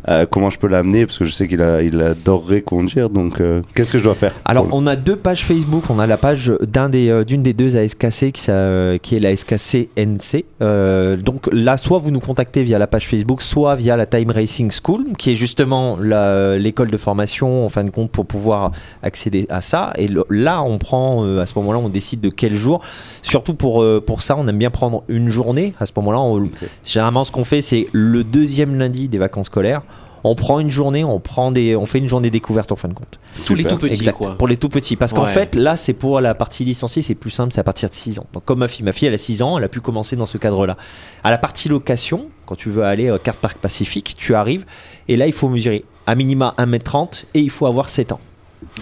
[SPEAKER 3] euh, comment je peux l'amener parce que je sais qu'il a, il adorerait conduire. Donc, euh, qu'est-ce que je dois faire
[SPEAKER 8] Alors, on a deux pages Facebook. On a la page d'un des, euh, d'une des deux ASKC qui, s'a- euh, qui est la SKCNC. Euh, donc là, soit vous nous contactez via la page Facebook, soit via la Time Racing School, qui est justement la- l'école de formation en fin de compte pour pouvoir accéder à ça. Et le- là, on prend euh, à ce moment-là, on décide de quel jour. Surtout pour euh, pour ça, on aime bien prendre une journée. À ce moment-là, on- généralement, ce qu'on fait, c'est le deuxième lundi des vacances scolaires. On prend une journée, on prend des, on fait une journée découverte en fin de compte.
[SPEAKER 2] Tous les tout petits,
[SPEAKER 8] Exact.
[SPEAKER 2] quoi.
[SPEAKER 8] Pour les tout petits, parce qu'en
[SPEAKER 2] Ouais.
[SPEAKER 8] fait, là, c'est pour la partie licenciée, c'est plus simple, c'est à partir de 6 ans. Donc, comme ma fille, ma fille, elle a 6 ans, elle a pu commencer dans ce cadre-là. À la partie location, quand tu veux aller à Carte Parc Pacifique, tu arrives, et là, il faut mesurer à minima 1m30 et il faut avoir 7 ans.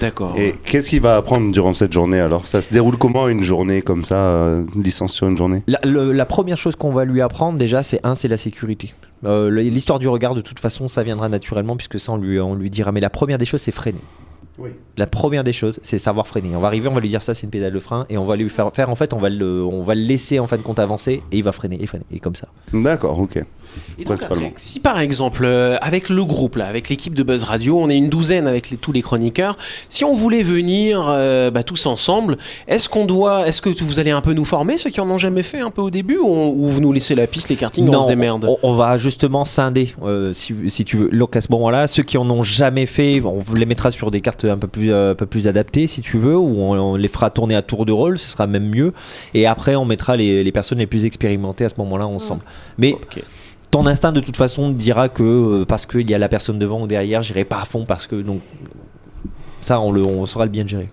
[SPEAKER 2] D'accord.
[SPEAKER 3] Et qu'est-ce qu'il va apprendre durant cette journée alors Ça se déroule comment une journée comme ça, euh, une licence sur une journée
[SPEAKER 8] La, le- la première chose qu'on va lui apprendre déjà, c'est un, c'est la sécurité. Euh, le- L'histoire du regard, de toute façon, ça viendra naturellement puisque ça, on lui, on lui dira. Mais la première des choses, c'est freiner. La première des choses, c'est savoir freiner. On va arriver, on va lui dire ça, c'est une pédale de frein, et on va lui faire faire. En fait, on va le, on va le laisser en fin de compte avancer, et il va freiner, et freiner, et comme ça.
[SPEAKER 3] D'accord, ok.
[SPEAKER 2] Et donc, avec- si par exemple, euh, avec le groupe, là, avec l'équipe de Buzz Radio, on est une douzaine avec les- tous les chroniqueurs, si on voulait venir euh, bah, tous ensemble, est-ce qu'on doit, est-ce que vous allez un peu nous former, ceux qui en ont jamais fait un peu au début, ou, on- ou vous nous laissez la piste, les kartings, on se démerde
[SPEAKER 8] on, on va justement scinder, euh, si, si tu veux. Donc à ce moment-là, ceux qui en ont jamais fait, on vous les mettra sur des cartes un peu plus, euh, un peu plus adaptées, si tu veux, ou on, on les fera tourner à tour de rôle, ce sera même mieux. Et après, on mettra les, les personnes les plus expérimentées à ce moment-là ensemble. Mais ton instinct, de toute façon, dira que euh, parce qu'il y a la personne devant ou derrière, j'irai pas à fond parce que donc ça, on le, on saura le bien gérer.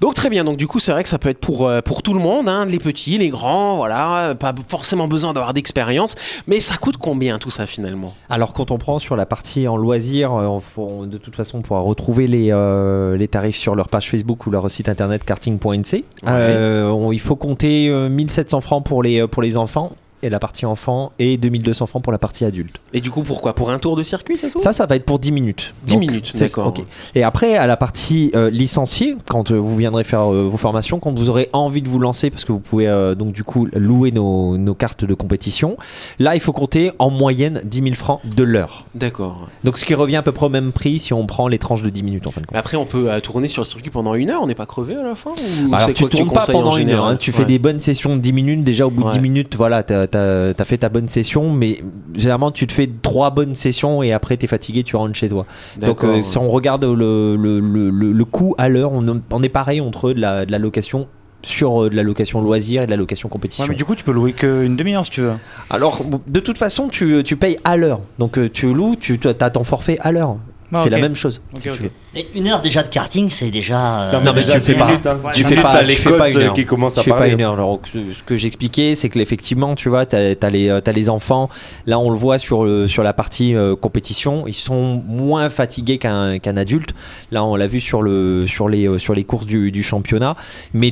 [SPEAKER 2] Donc très bien, donc du coup c'est vrai que ça peut être pour, euh, pour tout le monde, hein, les petits, les grands, voilà, pas forcément besoin d'avoir d'expérience, mais ça coûte combien tout ça finalement
[SPEAKER 8] Alors quand on prend sur la partie en loisirs, euh, on f- on- de toute façon on pourra retrouver les, euh, les tarifs sur leur page Facebook ou leur site internet karting.nc. Euh, on- il faut compter euh, 1700 francs pour les, euh, pour les enfants et la partie enfant et 2200 francs pour la partie adulte.
[SPEAKER 2] Et du coup pourquoi Pour un tour de circuit c'est tout
[SPEAKER 8] Ça, ça va être pour 10 minutes.
[SPEAKER 2] 10 minutes,
[SPEAKER 8] c'est-
[SPEAKER 2] d'accord.
[SPEAKER 8] ok. Et après, à la partie euh, licenciée, quand euh, vous viendrez faire euh, vos formations, quand vous aurez envie de vous lancer, parce que vous pouvez euh, donc du coup louer nos, nos cartes de compétition, là, il faut compter en moyenne 10 000 francs de l'heure.
[SPEAKER 2] D'accord.
[SPEAKER 8] Donc ce qui revient à peu près au même prix si on prend les tranches de 10 minutes en fin de compte.
[SPEAKER 2] Après on peut euh, tourner sur le circuit pendant une heure, on n'est pas crevé à la fin ou
[SPEAKER 8] Alors
[SPEAKER 2] c'est
[SPEAKER 8] tu
[SPEAKER 2] quoi que
[SPEAKER 8] tournes pas
[SPEAKER 2] conseilles en
[SPEAKER 8] pendant une heure,
[SPEAKER 2] général
[SPEAKER 8] hein. tu fais
[SPEAKER 2] Ouais.
[SPEAKER 8] des bonnes sessions de 10 minutes, déjà au bout de 10
[SPEAKER 2] Ouais.
[SPEAKER 8] minutes, voilà, t'as as, fait ta bonne session, mais généralement tu te fais trois bonnes sessions et après t'es fatigué, tu rentres chez toi. Donc
[SPEAKER 2] D'accord,
[SPEAKER 8] euh,
[SPEAKER 2] ouais.
[SPEAKER 8] si on regarde le, le, le, le- le coût à l'heure, on, on est pareil entre de la, de la location sur euh, de la location loisir et de la location compétition.
[SPEAKER 5] Ouais, mais du coup, tu peux louer qu'une demi-heure si tu veux.
[SPEAKER 8] Alors, de toute façon, tu, tu payes à l'heure. Donc, euh, tu loues, tu as ton forfait à l'heure.
[SPEAKER 5] Ah,
[SPEAKER 8] c'est
[SPEAKER 5] ok.
[SPEAKER 8] la même chose.
[SPEAKER 5] Ok,
[SPEAKER 8] si tu
[SPEAKER 5] ok.
[SPEAKER 8] veux.
[SPEAKER 9] Mais une heure déjà de karting, c'est déjà. euh,
[SPEAKER 8] Non, mais, tu fais pas.
[SPEAKER 3] hein.
[SPEAKER 8] tu fais pas. tu fais
[SPEAKER 3] euh,
[SPEAKER 8] pas une heure. tu fais pas une heure. Alors, ce- ce que j'expliquais, c'est que effectivement, tu vois, t'as as les euh, t'as les enfants. Là, on le voit sur le- sur la partie euh, compétition, ils sont moins fatigués qu'un qu'un adulte. Là, on l'a vu sur le sur les euh, sur les courses du, du championnat, mais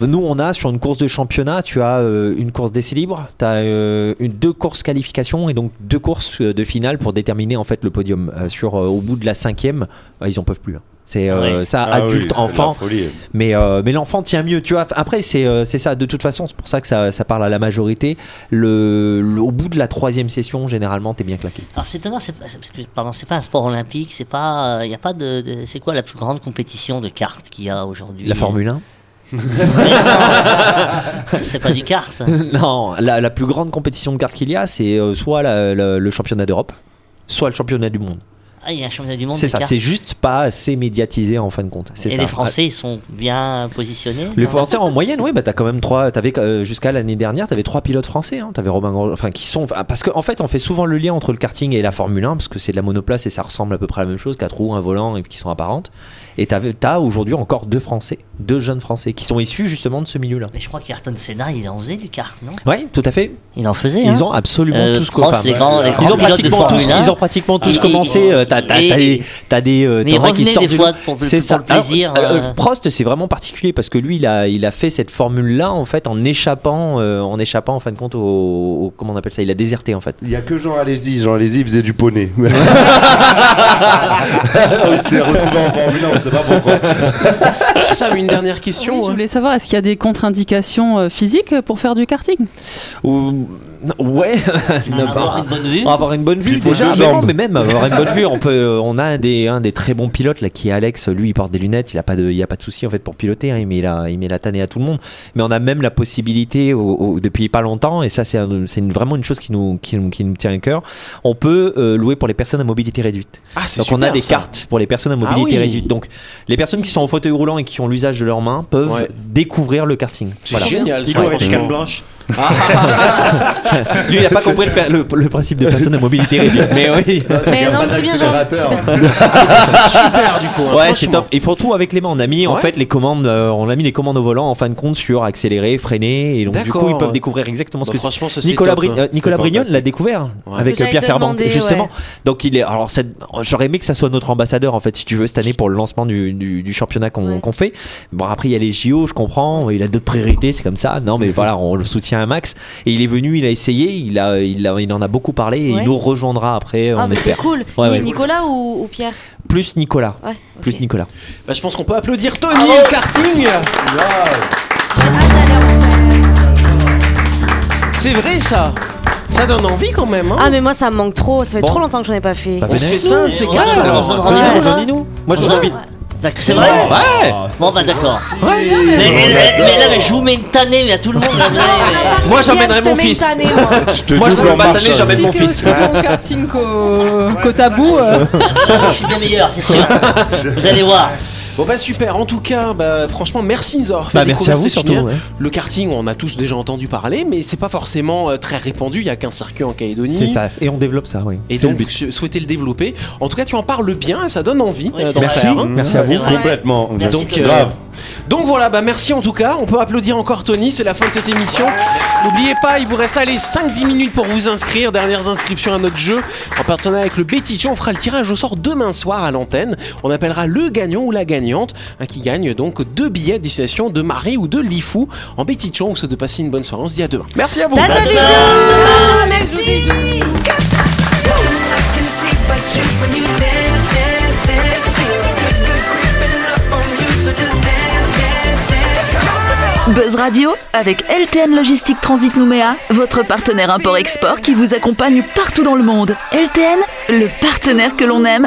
[SPEAKER 8] nous, on a sur une course de championnat, tu as euh, une course d'essai libre, tu as deux courses qualification et donc deux courses euh, de finale pour déterminer en fait le podium. Euh, sur euh, au bout de la cinquième, euh, ils en peuvent plus. hein. C'est euh,
[SPEAKER 5] Ouais.
[SPEAKER 8] ça,
[SPEAKER 5] Ah oui,
[SPEAKER 8] adulte,
[SPEAKER 5] c'est de la
[SPEAKER 8] enfant.
[SPEAKER 5] folie.
[SPEAKER 8] Mais, euh, mais l'enfant tient mieux, tu vois. Après, c'est euh, c'est ça. De toute façon, c'est pour ça que ça, ça parle à la majorité. Le, le- au bout de la troisième session, généralement, t'es bien claqué.
[SPEAKER 9] Alors c'est étonnant, c'est pas- c'est- parce que pardon, c'est pas un sport olympique, c'est pas, il y a pas de, de- c'est quoi la plus grande compétition de cartes qu'il y a aujourd'hui
[SPEAKER 8] La Formule 1
[SPEAKER 9] Euh, C'est pas
[SPEAKER 8] <laughs>
[SPEAKER 9] du kart.
[SPEAKER 8] <laughs> non, la, la plus grande compétition de cartes qu'il y a, c'est euh, soit la- la- le championnat d'Europe, soit le championnat du monde.
[SPEAKER 9] Ah, il y a un championnat du monde.
[SPEAKER 8] C'est
[SPEAKER 9] de
[SPEAKER 8] ça,
[SPEAKER 9] cartes.
[SPEAKER 8] c'est juste pas assez médiatisé en fin de compte. c'est
[SPEAKER 9] Et
[SPEAKER 8] ça.
[SPEAKER 9] les Français, ils sont bien positionnés.
[SPEAKER 8] Les
[SPEAKER 9] non
[SPEAKER 8] Français en moyenne, oui, bah t'as quand même trois. T'avais euh, jusqu'à l'année dernière, t'avais trois pilotes français. Hein, t'avais Robin, Gros- enfin qui sont, enfin, parce qu'en fait, on fait souvent le lien entre le karting et la Formule 1 parce que c'est de la monoplace et ça ressemble à peu près à la même chose, quatre roues, un volant et qui sont apparentes. Et t'avais- t'as aujourd'hui encore deux Français, deux jeunes Français qui sont issus justement de ce milieu-là.
[SPEAKER 9] Mais je crois qu'Ayrton Senna, il en faisait du kart, non
[SPEAKER 8] Oui, tout à fait.
[SPEAKER 9] Il en faisait.
[SPEAKER 8] Ils
[SPEAKER 9] hein.
[SPEAKER 8] ont absolument
[SPEAKER 9] Euh,
[SPEAKER 8] tous
[SPEAKER 9] France, les grands- les grands
[SPEAKER 8] ils ont
[SPEAKER 9] pilotes de
[SPEAKER 8] pratiquement
[SPEAKER 9] Formule
[SPEAKER 8] tous,
[SPEAKER 9] 1.
[SPEAKER 8] ils ont pratiquement tous
[SPEAKER 9] Et-
[SPEAKER 8] commencé.
[SPEAKER 9] et-
[SPEAKER 8] euh, t'as t'as-
[SPEAKER 9] Et-
[SPEAKER 8] t'as des- t'as des euh,
[SPEAKER 9] Mais
[SPEAKER 8] t'en
[SPEAKER 9] il
[SPEAKER 8] as qui
[SPEAKER 9] revenait
[SPEAKER 8] sortent
[SPEAKER 9] des
[SPEAKER 8] du
[SPEAKER 9] fois
[SPEAKER 8] lot.
[SPEAKER 9] pour- pour-
[SPEAKER 8] C'est
[SPEAKER 9] pour
[SPEAKER 8] ça.
[SPEAKER 9] le plaisir,
[SPEAKER 8] Alors, euh,
[SPEAKER 9] euh.
[SPEAKER 8] Prost, c'est vraiment particulier parce que lui, il a il a fait cette formule là en fait en échappant euh, en échappant en fin de compte au, au- comment on appelle ça Il a déserté en fait.
[SPEAKER 3] Il y a que Jean Alési. Jean Alési faisait du poney. <laughs> Il s'est retrouvé en Formule 1, on sait pas pourquoi.
[SPEAKER 2] Sam, Ah, une dernière
[SPEAKER 10] Oui,
[SPEAKER 8] <laughs> hein.
[SPEAKER 2] question. hein.
[SPEAKER 10] je voulais savoir, est-ce qu'il y a des contre-indications euh, physiques pour faire du karting
[SPEAKER 8] Ou- non, ouais, non,
[SPEAKER 9] Avoir une bonne vue.
[SPEAKER 8] avoir une bonne vue
[SPEAKER 3] Il faut
[SPEAKER 8] déjà.
[SPEAKER 3] deux
[SPEAKER 8] Mais, non,
[SPEAKER 3] jambes.
[SPEAKER 8] mais même avoir une bonne vue,
[SPEAKER 2] <laughs>
[SPEAKER 8] on peut. On a un des un des très bons pilotes là qui est Alex. Lui, il porte des lunettes. Il a pas de il a pas de souci en fait pour piloter. hein, il met la il met la tannée à tout le monde. Mais on a même la possibilité au- au- depuis pas longtemps et ça c'est un- c'est une- vraiment une chose qui nous qui, nous- qui nous tient à cœur. On peut euh, louer pour les personnes à mobilité réduite.
[SPEAKER 2] Ah, c'est
[SPEAKER 8] Donc on a
[SPEAKER 2] super,
[SPEAKER 8] des
[SPEAKER 2] ça. Ah
[SPEAKER 8] cartes pour les personnes à mobilité
[SPEAKER 2] oui.
[SPEAKER 8] réduite. Donc les personnes qui sont en fauteuil roulant et qui ont l'usage de leurs mains peuvent
[SPEAKER 2] Ouais.
[SPEAKER 8] découvrir le karting.
[SPEAKER 2] C'est
[SPEAKER 8] Voilà.
[SPEAKER 2] génial, ça,
[SPEAKER 5] Pico avec
[SPEAKER 2] franchement.
[SPEAKER 5] canne blanche.
[SPEAKER 8] Lui, il n'a pas compris le, le- le principe de personne à mobilité
[SPEAKER 2] <laughs>
[SPEAKER 8] réduite. Mais oui.
[SPEAKER 7] Mais non, mais c'est bien, Jean.
[SPEAKER 2] Super, du coup. hein,
[SPEAKER 8] Ouais, c'est
[SPEAKER 2] franchement.
[SPEAKER 8] top. Ils font tout avec les mains. On a mis en
[SPEAKER 2] Ouais.
[SPEAKER 8] fait les commandes, euh, on a mis les commandes au volant en fin de compte sur accélérer, freiner, et donc du
[SPEAKER 2] D'accord.
[SPEAKER 8] coup ils peuvent découvrir exactement ce
[SPEAKER 2] Bah,
[SPEAKER 8] que
[SPEAKER 2] franchement, ce,
[SPEAKER 8] c'est.
[SPEAKER 2] c'est
[SPEAKER 8] Nicolas,
[SPEAKER 2] top,
[SPEAKER 8] Bri-
[SPEAKER 2] hein.
[SPEAKER 8] euh, Nicolas
[SPEAKER 3] C'est
[SPEAKER 8] Brignon
[SPEAKER 3] fantastique.
[SPEAKER 8] l'a découvert
[SPEAKER 2] Ouais.
[SPEAKER 8] avec
[SPEAKER 7] Que
[SPEAKER 8] euh, Pierre
[SPEAKER 7] j'allais te
[SPEAKER 8] Fermand
[SPEAKER 7] demander,
[SPEAKER 8] justement.
[SPEAKER 7] ouais.
[SPEAKER 8] Donc il est, alors ça- j'aurais aimé que ça soit notre ambassadeur en fait, si tu veux, cette année pour le lancement du, du- du championnat qu'on
[SPEAKER 7] Ouais.
[SPEAKER 8] qu'on fait. Bon après il y a les JO, je comprends, il a d'autres priorités, c'est comme ça. Non mais voilà, on le soutient à max. Et il est venu, il a essayé, il a, il a- il en a beaucoup parlé et
[SPEAKER 7] Ouais.
[SPEAKER 8] il nous rejoindra après,
[SPEAKER 7] Ah,
[SPEAKER 8] on
[SPEAKER 7] mais c'est
[SPEAKER 8] espère.
[SPEAKER 7] cool.
[SPEAKER 8] Ouais,
[SPEAKER 7] Ni-
[SPEAKER 8] ouais.
[SPEAKER 7] Nicolas ou, ou Pierre
[SPEAKER 8] Plus Nicolas,
[SPEAKER 7] Ouais. ok.
[SPEAKER 8] plus Nicolas.
[SPEAKER 2] Bah, je pense qu'on peut applaudir Tony
[SPEAKER 8] Ah,
[SPEAKER 2] le Karting.
[SPEAKER 7] J'ai hâte d'aller en-
[SPEAKER 2] C'est vrai, ça. Ça donne envie quand même. Hein.
[SPEAKER 7] Ah, mais moi, ça me manque trop. Ça fait
[SPEAKER 8] Bon.
[SPEAKER 7] trop longtemps que j'en ai pas fait.
[SPEAKER 8] Bah,
[SPEAKER 2] On se fait
[SPEAKER 8] venez.
[SPEAKER 2] ça, un de ces
[SPEAKER 9] Ouais,
[SPEAKER 2] quatre.
[SPEAKER 9] ouais,
[SPEAKER 2] alors.
[SPEAKER 9] ouais, ouais.
[SPEAKER 8] Rejoignez-nous,
[SPEAKER 9] Ouais.
[SPEAKER 8] rejoignez-nous. Moi, je vous invite.
[SPEAKER 9] D'accord, C'est vrai
[SPEAKER 8] Ouais.
[SPEAKER 9] Bon, bah d'accord. Mais, mais- mais- mais là, mais je vous mets une tannée, mais à tout le monde. là, mais-
[SPEAKER 8] Moi,
[SPEAKER 7] Pierre,
[SPEAKER 8] j'emmènerai
[SPEAKER 7] je te
[SPEAKER 8] mon
[SPEAKER 7] mets une
[SPEAKER 8] fils.
[SPEAKER 7] tannée, moi.
[SPEAKER 3] Je te
[SPEAKER 8] Moi, <laughs> je
[SPEAKER 3] double
[SPEAKER 8] me
[SPEAKER 3] en marche.
[SPEAKER 8] batanais, j'amène
[SPEAKER 10] Si
[SPEAKER 8] mon
[SPEAKER 10] t'es
[SPEAKER 8] fils.
[SPEAKER 10] aussi bon au karting qu'au qu'au tabou, euh,
[SPEAKER 9] mais- Je suis bien meilleur,
[SPEAKER 8] <laughs>
[SPEAKER 9] c'est sûr. Vous allez voir.
[SPEAKER 2] Bon bah super, en tout cas, bah, franchement merci de nous avoir fait
[SPEAKER 8] Bah, merci
[SPEAKER 2] découvrir
[SPEAKER 8] à vous
[SPEAKER 2] cette
[SPEAKER 8] surtout,
[SPEAKER 2] filière.
[SPEAKER 8] ouais.
[SPEAKER 2] Le karting, on a tous déjà entendu parler, mais c'est pas forcément euh, très répandu, il y a qu'un circuit en Calédonie.
[SPEAKER 8] C'est ça. Et on développe ça, oui.
[SPEAKER 2] Et
[SPEAKER 8] C'est le
[SPEAKER 2] donc,
[SPEAKER 8] but.
[SPEAKER 2] je souhaitais le développer. En tout cas, tu en parles bien, ça donne envie
[SPEAKER 9] Oui,
[SPEAKER 2] euh,
[SPEAKER 9] c'est
[SPEAKER 2] d'en
[SPEAKER 9] vrai.
[SPEAKER 2] faire. hein.
[SPEAKER 8] Merci à vous.
[SPEAKER 9] C'est vrai.
[SPEAKER 3] Complètement.
[SPEAKER 9] Merci,
[SPEAKER 2] Donc,
[SPEAKER 9] Tony.
[SPEAKER 2] euh, donc voilà, bah merci en tout cas. On peut applaudir encore Tony, c'est la fin de cette émission. N'oubliez pas, il vous reste allez 5-10 minutes pour vous inscrire. Dernières inscriptions à notre jeu. En partenariat avec le Bétichon, on fera le tirage au sort demain soir à l'antenne. On appellera le gagnant ou la gagnante hein, qui gagne donc deux billets à destination de Marie ou de Lifou en Bétichon. On se de passer une bonne soirée. On se dit à demain. Merci à vous.
[SPEAKER 7] Tata,
[SPEAKER 8] Ah,
[SPEAKER 7] bisous Merci
[SPEAKER 1] Buzz Radio avec LTN Logistique Transit Nouméa, votre partenaire import-export qui vous accompagne partout dans le monde. LTN, le partenaire que l'on aime